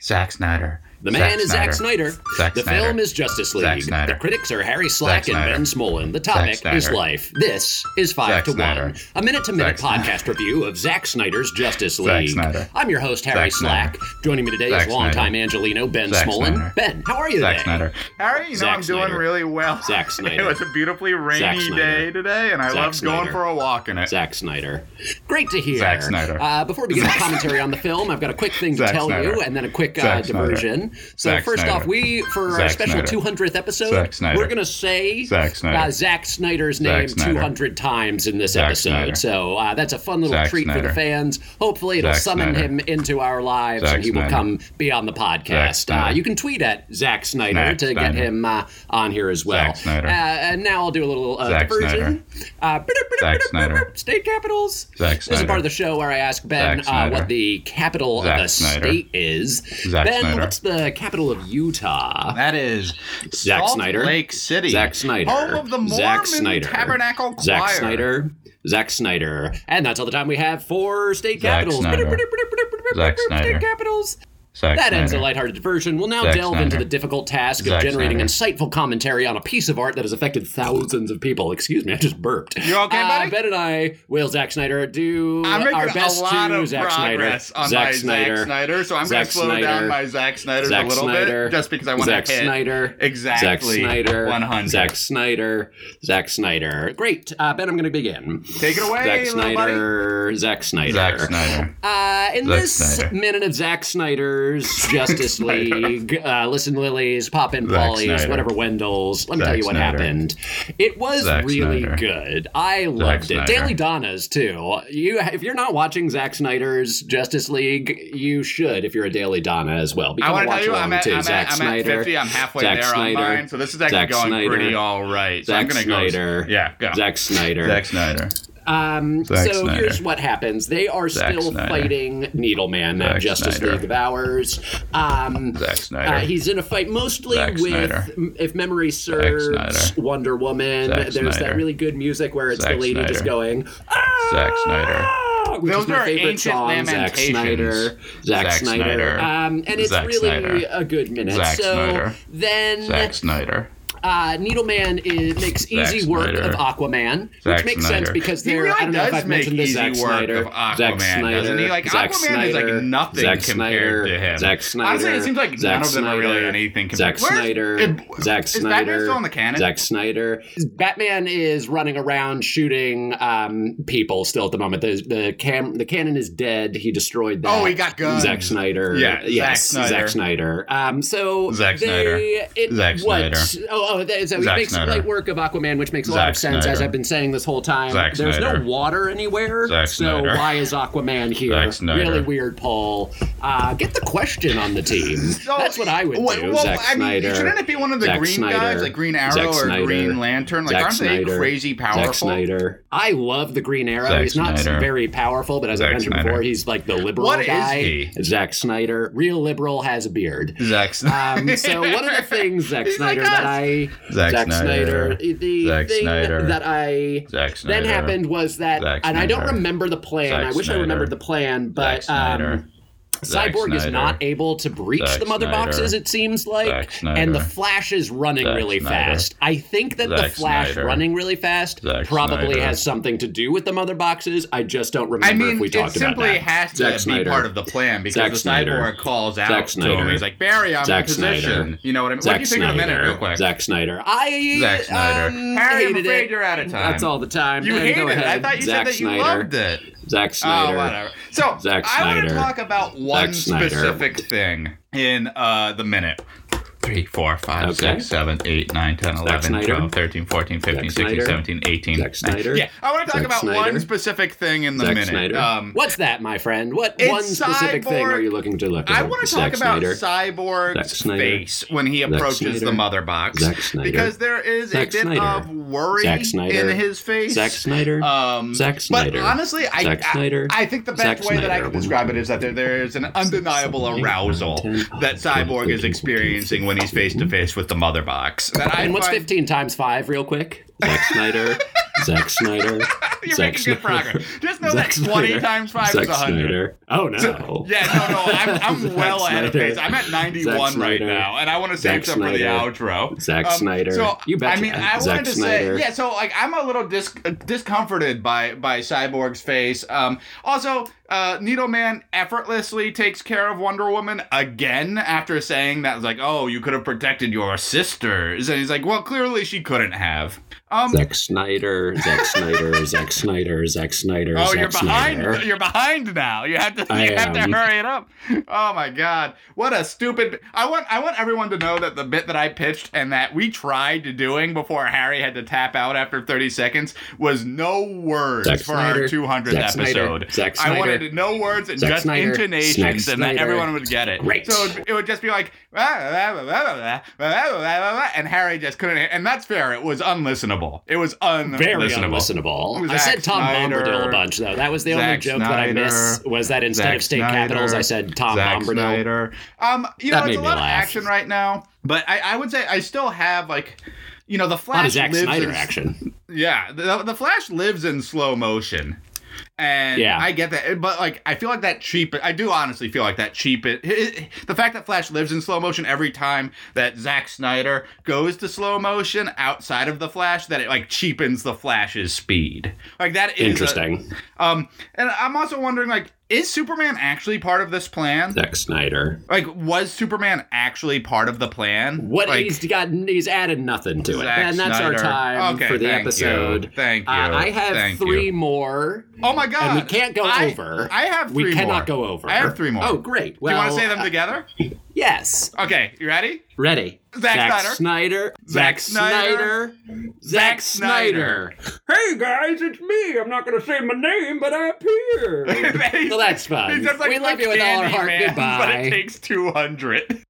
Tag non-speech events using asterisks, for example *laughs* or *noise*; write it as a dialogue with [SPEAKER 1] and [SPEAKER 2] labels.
[SPEAKER 1] Zack Snyder.
[SPEAKER 2] The man is Zack Snyder.
[SPEAKER 1] Zack
[SPEAKER 2] the
[SPEAKER 1] Snyder.
[SPEAKER 2] film is Justice
[SPEAKER 1] Zack
[SPEAKER 2] League.
[SPEAKER 1] Snyder.
[SPEAKER 2] The critics are Harry Slack and
[SPEAKER 1] Snyder.
[SPEAKER 2] Ben Smolin. The topic
[SPEAKER 1] Zack
[SPEAKER 2] is
[SPEAKER 1] Snyder.
[SPEAKER 2] life. This is Five
[SPEAKER 1] Zack
[SPEAKER 2] to
[SPEAKER 1] Snyder.
[SPEAKER 2] One, a minute to minute
[SPEAKER 1] Zack
[SPEAKER 2] podcast review of Zack Snyder's Justice
[SPEAKER 1] Zack
[SPEAKER 2] League.
[SPEAKER 1] Snyder.
[SPEAKER 2] I'm your host, Harry
[SPEAKER 1] Zack
[SPEAKER 2] Slack.
[SPEAKER 1] Snyder.
[SPEAKER 2] Joining me today
[SPEAKER 1] Zack
[SPEAKER 2] is longtime
[SPEAKER 1] Snyder.
[SPEAKER 2] Angelino, Ben
[SPEAKER 1] Zack
[SPEAKER 2] Smolin.
[SPEAKER 1] Snyder.
[SPEAKER 2] Ben, how are you
[SPEAKER 1] Zack
[SPEAKER 2] today?
[SPEAKER 1] Snyder.
[SPEAKER 3] Harry, you know
[SPEAKER 2] Zack
[SPEAKER 3] I'm
[SPEAKER 2] Snyder.
[SPEAKER 3] doing really well.
[SPEAKER 2] Zack
[SPEAKER 3] *laughs*
[SPEAKER 2] Snyder.
[SPEAKER 3] It was a beautifully rainy
[SPEAKER 2] Snyder.
[SPEAKER 3] day today, and I
[SPEAKER 2] Zack
[SPEAKER 3] loved
[SPEAKER 2] Snyder.
[SPEAKER 3] going for a walk in it.
[SPEAKER 2] Zack Snyder. Great to hear.
[SPEAKER 1] Zack Snyder.
[SPEAKER 2] Uh, before we begin the commentary on the film, I've got a quick thing to
[SPEAKER 1] Zack
[SPEAKER 2] tell you
[SPEAKER 1] Snyder.
[SPEAKER 2] and then a quick uh,
[SPEAKER 1] Zack Snyder.
[SPEAKER 2] diversion. So,
[SPEAKER 1] Zack
[SPEAKER 2] first
[SPEAKER 1] Snyder.
[SPEAKER 2] off, we, for our
[SPEAKER 1] Zack
[SPEAKER 2] special
[SPEAKER 1] Snyder.
[SPEAKER 2] 200th episode,
[SPEAKER 1] Zack Snyder.
[SPEAKER 2] we're going to say
[SPEAKER 1] Zack Snyder.
[SPEAKER 2] Uh, Zack Snyder's
[SPEAKER 1] Zack
[SPEAKER 2] name
[SPEAKER 1] Snyder.
[SPEAKER 2] 200 times in this
[SPEAKER 1] Zack
[SPEAKER 2] episode.
[SPEAKER 1] Snyder.
[SPEAKER 2] So, uh, that's a fun little
[SPEAKER 1] Zack
[SPEAKER 2] treat for
[SPEAKER 1] Snyder.
[SPEAKER 2] the fans. Hopefully, it'll
[SPEAKER 1] Zack
[SPEAKER 2] summon
[SPEAKER 1] Snyder.
[SPEAKER 2] him into our lives
[SPEAKER 1] Zack
[SPEAKER 2] and he will
[SPEAKER 1] Snyder.
[SPEAKER 2] come be on the podcast. Uh,
[SPEAKER 1] Snyder.
[SPEAKER 2] you can tweet at Zack Snyder
[SPEAKER 1] Zack
[SPEAKER 2] to get
[SPEAKER 1] Snyder.
[SPEAKER 2] him uh, on here as well.
[SPEAKER 1] Zack Snyder.
[SPEAKER 2] Uh, and now I'll do a little uh,
[SPEAKER 1] Zack
[SPEAKER 2] diversion. Uh,
[SPEAKER 1] Zack Snyder.
[SPEAKER 2] State capitals.
[SPEAKER 1] Zack
[SPEAKER 2] This is
[SPEAKER 1] Snyder.
[SPEAKER 2] part of the show where I ask
[SPEAKER 1] Zack
[SPEAKER 2] Ben uh,
[SPEAKER 1] Snyder.
[SPEAKER 2] what the capital
[SPEAKER 1] Zack
[SPEAKER 2] of a
[SPEAKER 1] Snyder.
[SPEAKER 2] state is.
[SPEAKER 1] Zack
[SPEAKER 2] ben,
[SPEAKER 1] Snyder.
[SPEAKER 2] what's the capital of Utah?
[SPEAKER 3] That is
[SPEAKER 2] Zack
[SPEAKER 3] Salt
[SPEAKER 2] Snyder.
[SPEAKER 3] Lake City.
[SPEAKER 2] Zack Snyder.
[SPEAKER 3] Home of the Mormon
[SPEAKER 2] Zack Snyder.
[SPEAKER 3] Tabernacle Choir.
[SPEAKER 2] Zack Snyder. Zack Snyder. And that's all the time we have for state
[SPEAKER 1] Zack
[SPEAKER 2] capitals.
[SPEAKER 1] Snyder.
[SPEAKER 2] *laughs*
[SPEAKER 1] Zack
[SPEAKER 2] State
[SPEAKER 1] Snyder.
[SPEAKER 2] capitals.
[SPEAKER 1] Zack
[SPEAKER 2] That
[SPEAKER 1] Snyder.
[SPEAKER 2] ends a lighthearted diversion. We'll now
[SPEAKER 1] Zack
[SPEAKER 2] delve into the
[SPEAKER 1] Snyder.
[SPEAKER 2] difficult task of
[SPEAKER 1] Zack
[SPEAKER 2] generating
[SPEAKER 1] Snyder.
[SPEAKER 2] insightful commentary on a piece of art that has affected thousands of people. Excuse me, I just burped.
[SPEAKER 3] You okay,
[SPEAKER 2] Uh,
[SPEAKER 3] buddy?
[SPEAKER 2] ben and I, will Zack Snyder, do
[SPEAKER 3] I'm making
[SPEAKER 2] our best
[SPEAKER 3] a lot
[SPEAKER 2] to
[SPEAKER 3] of
[SPEAKER 2] Zack
[SPEAKER 3] progress
[SPEAKER 2] Snyder.
[SPEAKER 3] on
[SPEAKER 2] Zack
[SPEAKER 3] my
[SPEAKER 2] Snyder.
[SPEAKER 3] Zack Snyder, so I'm going
[SPEAKER 2] Zack
[SPEAKER 3] to slow
[SPEAKER 2] Snyder.
[SPEAKER 3] down my Zack Snyder's
[SPEAKER 2] Zack
[SPEAKER 3] a little
[SPEAKER 2] Snyder.
[SPEAKER 3] bit, just because I want
[SPEAKER 2] Zack
[SPEAKER 3] to hit
[SPEAKER 2] Snyder.
[SPEAKER 3] exactly
[SPEAKER 2] Zack Snyder.
[SPEAKER 3] 100.
[SPEAKER 2] Zack Snyder. Zack Snyder. Great. Uh, ben, I'm going to begin.
[SPEAKER 3] Take it away,
[SPEAKER 2] Zack
[SPEAKER 3] little
[SPEAKER 2] Snyder. Zack Snyder.
[SPEAKER 1] Zack Snyder.
[SPEAKER 2] Uh, in
[SPEAKER 1] Zack
[SPEAKER 2] this
[SPEAKER 1] Snyder.
[SPEAKER 2] minute of Zack
[SPEAKER 1] *laughs*
[SPEAKER 2] Snyder's Justice League, uh, Listen Lilies, Pop in
[SPEAKER 1] Zack
[SPEAKER 2] Polly's,
[SPEAKER 1] Snyder.
[SPEAKER 2] whatever Wendell's, let me
[SPEAKER 1] Zack
[SPEAKER 2] tell you what
[SPEAKER 1] Snyder.
[SPEAKER 2] happened. It was
[SPEAKER 1] Zack
[SPEAKER 2] really
[SPEAKER 1] Snyder.
[SPEAKER 2] good. I loved it.
[SPEAKER 1] Snyder.
[SPEAKER 2] Daily Donna's too. You, if you're not watching Zack Snyder's Justice League, you should. If you're a Daily Donna as well,
[SPEAKER 3] I
[SPEAKER 2] become
[SPEAKER 3] want
[SPEAKER 2] a
[SPEAKER 3] to tell
[SPEAKER 2] watch
[SPEAKER 3] you, I'm
[SPEAKER 2] along
[SPEAKER 3] at,
[SPEAKER 2] too.
[SPEAKER 3] I'm, at,
[SPEAKER 2] Zack
[SPEAKER 3] I'm at
[SPEAKER 2] Snyder.
[SPEAKER 3] 50. I'm halfway
[SPEAKER 2] Zack
[SPEAKER 3] there
[SPEAKER 2] Snyder.
[SPEAKER 3] on mine, so this is actually
[SPEAKER 2] Zack
[SPEAKER 3] going
[SPEAKER 2] Snyder.
[SPEAKER 3] pretty all right. So I'm
[SPEAKER 2] Zack
[SPEAKER 3] going to go.
[SPEAKER 2] Snyder.
[SPEAKER 3] Yeah, go.
[SPEAKER 2] Zack Snyder.
[SPEAKER 1] Zack Snyder.
[SPEAKER 2] Um,
[SPEAKER 1] Zack
[SPEAKER 2] so
[SPEAKER 1] Snyder.
[SPEAKER 2] here's what happens. They are
[SPEAKER 1] Zack
[SPEAKER 2] still
[SPEAKER 1] Snyder.
[SPEAKER 2] fighting Needleman, that
[SPEAKER 1] Zack
[SPEAKER 2] Justice
[SPEAKER 1] Snyder.
[SPEAKER 2] League of Ours. Um,
[SPEAKER 1] Zack Snyder.
[SPEAKER 2] uh, he's in a fight mostly
[SPEAKER 1] Zack
[SPEAKER 2] with,
[SPEAKER 1] Snyder.
[SPEAKER 2] m- if memory serves,
[SPEAKER 1] Snyder.
[SPEAKER 2] Wonder Woman.
[SPEAKER 1] Zack
[SPEAKER 2] There's that
[SPEAKER 1] Snyder.
[SPEAKER 2] really good music where it's
[SPEAKER 1] Zack
[SPEAKER 2] the lady just
[SPEAKER 1] Snyder.
[SPEAKER 2] going, ah!
[SPEAKER 1] Zack Snyder.
[SPEAKER 2] Which
[SPEAKER 3] Those
[SPEAKER 2] is my
[SPEAKER 3] are
[SPEAKER 2] favorite
[SPEAKER 3] ancient
[SPEAKER 2] song, Zack
[SPEAKER 3] lamentations.
[SPEAKER 2] Snyder. Zack,
[SPEAKER 1] Zack
[SPEAKER 2] Snyder.
[SPEAKER 1] Snyder.
[SPEAKER 2] Um, and it's
[SPEAKER 1] Zack
[SPEAKER 2] really
[SPEAKER 1] Snyder.
[SPEAKER 2] a good minute.
[SPEAKER 1] Zack
[SPEAKER 2] so
[SPEAKER 1] Snyder.
[SPEAKER 2] then
[SPEAKER 1] Zack Snyder.
[SPEAKER 2] uh, Needleman is, makes
[SPEAKER 1] Zack
[SPEAKER 2] easy work
[SPEAKER 1] Snyder.
[SPEAKER 2] of Aquaman, which
[SPEAKER 1] Zack
[SPEAKER 2] makes sense
[SPEAKER 1] Snyder.
[SPEAKER 2] because
[SPEAKER 3] He
[SPEAKER 2] they're.
[SPEAKER 3] really
[SPEAKER 2] I don't know if
[SPEAKER 3] does
[SPEAKER 2] I've
[SPEAKER 3] make
[SPEAKER 2] mentioned this.
[SPEAKER 3] easy
[SPEAKER 2] Zack
[SPEAKER 3] work
[SPEAKER 2] Snyder,
[SPEAKER 3] of Aquaman,
[SPEAKER 2] Zack Snyder,
[SPEAKER 3] doesn't he? Like,
[SPEAKER 2] Zack
[SPEAKER 3] Aquaman
[SPEAKER 2] Snyder,
[SPEAKER 3] is like nothing
[SPEAKER 2] Zack
[SPEAKER 3] compared
[SPEAKER 2] Snyder,
[SPEAKER 3] to him.
[SPEAKER 2] Zack Snyder.
[SPEAKER 3] Honestly, it seems like
[SPEAKER 2] Zack
[SPEAKER 3] none of them are really
[SPEAKER 2] Snyder,
[SPEAKER 3] anything
[SPEAKER 2] Zack
[SPEAKER 3] compared. Where's-
[SPEAKER 2] Snyder.
[SPEAKER 3] it-
[SPEAKER 2] Zack
[SPEAKER 3] is Batman
[SPEAKER 2] Snyder.
[SPEAKER 3] still in the canon?
[SPEAKER 2] Zack Snyder. Batman is running around shooting um, people still at the moment. The the cam the cannon is dead. He destroyed that.
[SPEAKER 3] Oh, he got guns.
[SPEAKER 2] Zack Snyder.
[SPEAKER 3] Yeah, Zack
[SPEAKER 2] Yes.
[SPEAKER 3] Snyder.
[SPEAKER 2] Zack Snyder. Um. So
[SPEAKER 1] Zack
[SPEAKER 2] they,
[SPEAKER 1] Snyder.
[SPEAKER 2] It,
[SPEAKER 1] Zack
[SPEAKER 2] what?
[SPEAKER 1] Snyder.
[SPEAKER 2] Oh, oh. That, so he
[SPEAKER 1] Zack
[SPEAKER 2] makes
[SPEAKER 1] Snyder.
[SPEAKER 2] light work of Aquaman, which makes a lot
[SPEAKER 1] Zack
[SPEAKER 2] of sense as
[SPEAKER 1] Snyder.
[SPEAKER 2] I've been saying this whole time.
[SPEAKER 1] Zack
[SPEAKER 2] There's no
[SPEAKER 1] Snyder.
[SPEAKER 2] water anywhere.
[SPEAKER 1] Zack
[SPEAKER 2] so
[SPEAKER 1] Snyder.
[SPEAKER 2] why is Aquaman here?
[SPEAKER 1] Zack Snyder.
[SPEAKER 2] Really weird, Paul. Uh, get the question on
[SPEAKER 1] *laughs*
[SPEAKER 2] the team. *laughs*
[SPEAKER 3] So-
[SPEAKER 2] That's what I would
[SPEAKER 3] well,
[SPEAKER 2] do.
[SPEAKER 3] Well,
[SPEAKER 2] Zack
[SPEAKER 3] I mean,
[SPEAKER 2] Snyder.
[SPEAKER 3] shouldn't it be one of the
[SPEAKER 2] Zack
[SPEAKER 3] green
[SPEAKER 2] Snyder,
[SPEAKER 3] guys, like Green
[SPEAKER 2] Zack
[SPEAKER 3] Arrow or
[SPEAKER 2] Snyder,
[SPEAKER 3] Green Lantern? Like,
[SPEAKER 2] Zack
[SPEAKER 3] aren't they
[SPEAKER 2] Snyder,
[SPEAKER 3] crazy
[SPEAKER 2] Zack
[SPEAKER 3] powerful?
[SPEAKER 2] Snyder. I love the Green Arrow.
[SPEAKER 1] Zack
[SPEAKER 2] he's not
[SPEAKER 1] Snyder.
[SPEAKER 2] very powerful, but as I
[SPEAKER 1] Zack
[SPEAKER 2] mentioned
[SPEAKER 1] Snyder.
[SPEAKER 2] before, he's like the liberal
[SPEAKER 3] What is
[SPEAKER 2] guy.
[SPEAKER 1] he?
[SPEAKER 2] Zack Snyder, real liberal, has a beard.
[SPEAKER 1] Zack Snyder.
[SPEAKER 2] Um, so one
[SPEAKER 1] *laughs*
[SPEAKER 3] *laughs*
[SPEAKER 2] of the things Zack
[SPEAKER 3] He's like
[SPEAKER 2] Snyder
[SPEAKER 3] us.
[SPEAKER 2] that I
[SPEAKER 1] Zack Snyder.
[SPEAKER 2] the
[SPEAKER 1] Zack
[SPEAKER 2] thing
[SPEAKER 1] Snyder.
[SPEAKER 2] that I
[SPEAKER 1] Zack Snyder.
[SPEAKER 2] then happened was that
[SPEAKER 1] Zack
[SPEAKER 2] and I don't
[SPEAKER 1] Snyder.
[SPEAKER 2] remember the plan.
[SPEAKER 1] Zack
[SPEAKER 2] I wish I
[SPEAKER 1] Snyder.
[SPEAKER 2] remembered the plan,
[SPEAKER 1] Zack
[SPEAKER 2] but
[SPEAKER 1] Snyder.
[SPEAKER 2] um
[SPEAKER 1] Zack
[SPEAKER 2] Cyborg is
[SPEAKER 1] Snyder.
[SPEAKER 2] not able to breach
[SPEAKER 1] Zack
[SPEAKER 2] the mother
[SPEAKER 1] Snyder.
[SPEAKER 2] boxes, it seems like,
[SPEAKER 1] Zack Snyder.
[SPEAKER 2] and the Flash is running
[SPEAKER 1] Zack
[SPEAKER 2] really
[SPEAKER 1] Snyder.
[SPEAKER 2] fast. I think that the
[SPEAKER 1] Zack
[SPEAKER 2] Flash
[SPEAKER 1] Snyder.
[SPEAKER 2] running really fast
[SPEAKER 1] Zack
[SPEAKER 2] probably
[SPEAKER 1] Snyder.
[SPEAKER 2] has something to do with the mother boxes. I just don't remember
[SPEAKER 3] I mean,
[SPEAKER 2] if we
[SPEAKER 3] it
[SPEAKER 2] talked about
[SPEAKER 3] simply
[SPEAKER 2] that.
[SPEAKER 3] has to
[SPEAKER 2] Zack
[SPEAKER 3] be
[SPEAKER 2] Snyder.
[SPEAKER 3] part of the plan because
[SPEAKER 2] Zack
[SPEAKER 3] the
[SPEAKER 2] Snyder.
[SPEAKER 3] cyborg calls out
[SPEAKER 2] Zack
[SPEAKER 3] to him.
[SPEAKER 2] Snyder.
[SPEAKER 3] He's like, Barry, I'm
[SPEAKER 2] Zack
[SPEAKER 3] in position.
[SPEAKER 2] Snyder.
[SPEAKER 3] You know what I mean?
[SPEAKER 2] Zack
[SPEAKER 3] what do you think
[SPEAKER 2] Snyder.
[SPEAKER 3] in a minute, real quick?
[SPEAKER 2] Zack Snyder. I
[SPEAKER 1] Zack Snyder.
[SPEAKER 2] um,
[SPEAKER 3] Harry, I'm
[SPEAKER 2] hated
[SPEAKER 3] afraid
[SPEAKER 2] it.
[SPEAKER 3] you're out of time.
[SPEAKER 2] That's all the time.
[SPEAKER 3] You
[SPEAKER 2] Ben,
[SPEAKER 3] hated
[SPEAKER 2] go
[SPEAKER 3] it. I
[SPEAKER 2] ahead.
[SPEAKER 3] thought you
[SPEAKER 2] Zack
[SPEAKER 3] said that you
[SPEAKER 2] Snyder.
[SPEAKER 3] loved it.
[SPEAKER 2] Zack Snyder.
[SPEAKER 3] Oh, whatever. So
[SPEAKER 2] Zack
[SPEAKER 3] I want
[SPEAKER 2] Snyder.
[SPEAKER 3] to talk about one
[SPEAKER 2] Snyder.
[SPEAKER 3] specific thing in uh, the minute.
[SPEAKER 1] 3, 4, 5,
[SPEAKER 2] Okay.
[SPEAKER 1] 6, 7, 8, 9, 10,
[SPEAKER 2] Snyder.
[SPEAKER 1] 11, 12, 13, 14, 15,
[SPEAKER 2] Zack Snyder.
[SPEAKER 1] 16, 17, 18.
[SPEAKER 2] Zack Snyder.
[SPEAKER 3] Yeah, I want to talk
[SPEAKER 2] Zack
[SPEAKER 3] about
[SPEAKER 2] Snyder.
[SPEAKER 3] one specific thing in the
[SPEAKER 2] Zack
[SPEAKER 3] minute.
[SPEAKER 2] Snyder.
[SPEAKER 3] Um,
[SPEAKER 2] What's that, my friend? What
[SPEAKER 3] It's
[SPEAKER 2] one specific thing
[SPEAKER 3] Cyborg.
[SPEAKER 2] are you looking to look at?
[SPEAKER 3] I want to talk
[SPEAKER 2] Zack
[SPEAKER 3] about
[SPEAKER 2] Snyder. Zack
[SPEAKER 3] Cyborg's
[SPEAKER 2] Snyder.
[SPEAKER 3] face when he approaches
[SPEAKER 2] Snyder.
[SPEAKER 3] the mother box
[SPEAKER 2] Zack Snyder.
[SPEAKER 3] because there is
[SPEAKER 2] Zack
[SPEAKER 3] a bit
[SPEAKER 2] Snyder.
[SPEAKER 3] of worry
[SPEAKER 2] Zack Snyder.
[SPEAKER 3] in his face.
[SPEAKER 2] Zack Snyder.
[SPEAKER 3] Um,
[SPEAKER 2] Zack
[SPEAKER 3] But
[SPEAKER 2] Snyder.
[SPEAKER 3] honestly, I,
[SPEAKER 2] Zack Snyder.
[SPEAKER 3] I, I think the
[SPEAKER 2] Zack
[SPEAKER 3] best way that I
[SPEAKER 2] Snyder.
[SPEAKER 3] can describe it is that there, there is an undeniable arousal that Cyborg is experiencing when he's face to face with the mother box. That I
[SPEAKER 2] and what's
[SPEAKER 3] find- *laughs*
[SPEAKER 2] fifteen times five, real quick? Zack Snyder. Zack Snyder.
[SPEAKER 3] You're
[SPEAKER 4] Zack
[SPEAKER 3] making
[SPEAKER 4] Snyder.
[SPEAKER 3] good progress. Just know
[SPEAKER 4] Zack
[SPEAKER 3] that 20
[SPEAKER 4] Snyder.
[SPEAKER 3] times 5
[SPEAKER 4] Zack
[SPEAKER 3] is 100.
[SPEAKER 4] Snyder. Oh no.
[SPEAKER 3] *laughs* Yeah, no, no,
[SPEAKER 4] *laughs*
[SPEAKER 2] *laughs*
[SPEAKER 3] I'm, I'm
[SPEAKER 4] Zack
[SPEAKER 3] well ahead of
[SPEAKER 4] Snyder.
[SPEAKER 3] pace. I'm at
[SPEAKER 4] Zack
[SPEAKER 3] 91 right
[SPEAKER 4] Snyder.
[SPEAKER 3] now, and I want to
[SPEAKER 4] Zack
[SPEAKER 3] save some for the
[SPEAKER 4] Snyder.
[SPEAKER 3] outro.
[SPEAKER 4] Zack
[SPEAKER 3] Um,
[SPEAKER 4] Snyder.
[SPEAKER 3] So
[SPEAKER 4] you
[SPEAKER 3] I
[SPEAKER 4] betcha.
[SPEAKER 3] mean, I
[SPEAKER 4] Zack
[SPEAKER 3] wanted to
[SPEAKER 4] Snyder.
[SPEAKER 3] say, yeah. So like, I'm a little dis- discomforted by by Cyborg's face. Um, also, uh, Needle Man effortlessly takes care of Wonder Woman again after saying that like, oh, you could have protected your sisters, and he's like, well, clearly she couldn't have. Um,
[SPEAKER 4] Zack Snyder. Zack Snyder. Zack Snyder. Zack Snyder.
[SPEAKER 3] Oh,
[SPEAKER 4] Zack
[SPEAKER 3] you're behind.
[SPEAKER 4] Snyder.
[SPEAKER 3] *laughs* You're behind now. You have to.
[SPEAKER 4] I
[SPEAKER 3] You have to
[SPEAKER 4] am.
[SPEAKER 3] hurry it up. Oh my God! What a stupid. I want. I want everyone to know that the bit that I pitched and that we tried to doing before Harry had to tap out after 30 seconds was no words
[SPEAKER 4] Zack
[SPEAKER 3] for
[SPEAKER 4] Snyder.
[SPEAKER 3] our 200th
[SPEAKER 4] Zack
[SPEAKER 3] episode.
[SPEAKER 4] Snyder. Zack
[SPEAKER 3] I
[SPEAKER 4] Snyder.
[SPEAKER 3] wanted no words and
[SPEAKER 4] Zack
[SPEAKER 3] just
[SPEAKER 4] Snyder.
[SPEAKER 3] intonations,
[SPEAKER 4] Zack
[SPEAKER 3] and that
[SPEAKER 4] Snyder.
[SPEAKER 3] everyone would get it.
[SPEAKER 4] Great.
[SPEAKER 3] So it would- it would just be like, "Ah, blah, blah, blah, blah, blah, blah, blah, blah, blah, blah," and Harry just couldn't. And that's fair. It was unlistenable. It was unlistenable.
[SPEAKER 2] Very unlistenable. I
[SPEAKER 3] Zack
[SPEAKER 2] said Tom
[SPEAKER 3] Snyder.
[SPEAKER 2] Bombadil a bunch though. That was the only
[SPEAKER 3] Zack
[SPEAKER 2] joke that I miss
[SPEAKER 3] Snyder.
[SPEAKER 2] was that instead
[SPEAKER 3] Zack
[SPEAKER 2] of state
[SPEAKER 3] Snyder.
[SPEAKER 2] capitals, I said Tom
[SPEAKER 3] Zack
[SPEAKER 2] Bombadil.
[SPEAKER 3] Snyder. Um, you
[SPEAKER 2] That
[SPEAKER 3] know,
[SPEAKER 2] made
[SPEAKER 3] it's a
[SPEAKER 2] me
[SPEAKER 3] lot
[SPEAKER 2] laugh.
[SPEAKER 3] of action right now, but I, I would say I still have like, you know, the
[SPEAKER 2] A lot
[SPEAKER 3] Flash
[SPEAKER 2] of Zack
[SPEAKER 3] lives
[SPEAKER 2] Snyder
[SPEAKER 3] in,
[SPEAKER 2] action.
[SPEAKER 3] Yeah, the, the Flash lives in slow motion. And
[SPEAKER 2] Yeah.
[SPEAKER 3] I get that, but like I feel like that cheap. I do honestly feel like that cheap. It, it- the fact that Flash lives in slow motion every time that Zack Snyder goes to slow motion outside of the Flash, that it like cheapens the Flash's speed. Like that is a-
[SPEAKER 4] Interesting.
[SPEAKER 3] um, and I'm also wondering like, is Superman actually part of this plan?
[SPEAKER 4] Zack Snyder.
[SPEAKER 3] Like, was Superman actually part of the plan?
[SPEAKER 2] What
[SPEAKER 3] like,
[SPEAKER 2] he's got, he's added nothing to it,
[SPEAKER 3] Zack
[SPEAKER 2] and that's
[SPEAKER 3] Snyder.
[SPEAKER 2] our time
[SPEAKER 3] Okay,
[SPEAKER 2] for the
[SPEAKER 3] thank
[SPEAKER 2] episode.
[SPEAKER 3] You. Thank you.
[SPEAKER 2] Uh, I have
[SPEAKER 3] Thank
[SPEAKER 2] three
[SPEAKER 3] You.
[SPEAKER 2] more,
[SPEAKER 3] Oh my god!
[SPEAKER 2] and we can't go
[SPEAKER 3] I-
[SPEAKER 2] over.
[SPEAKER 3] I have three
[SPEAKER 2] we cannot
[SPEAKER 3] more.
[SPEAKER 2] go over.
[SPEAKER 3] I have three more.
[SPEAKER 2] Oh, great. Well,
[SPEAKER 3] Do you want to say them
[SPEAKER 2] uh,
[SPEAKER 3] together?
[SPEAKER 2] yes.
[SPEAKER 3] Okay, you ready?
[SPEAKER 2] Ready.
[SPEAKER 3] Zack
[SPEAKER 2] Zack Snyder.
[SPEAKER 3] Zack
[SPEAKER 2] Zack Snyder. Zack Snyder. Hey guys, it's me. I'm not going to say my name, but I appear.
[SPEAKER 3] He's- *laughs*
[SPEAKER 2] *laughs* *laughs* well, that's fun.
[SPEAKER 3] he's just like
[SPEAKER 2] we love you with all our heart.
[SPEAKER 3] *laughs* Candyman,
[SPEAKER 2] Goodbye.
[SPEAKER 3] But it takes two hundred.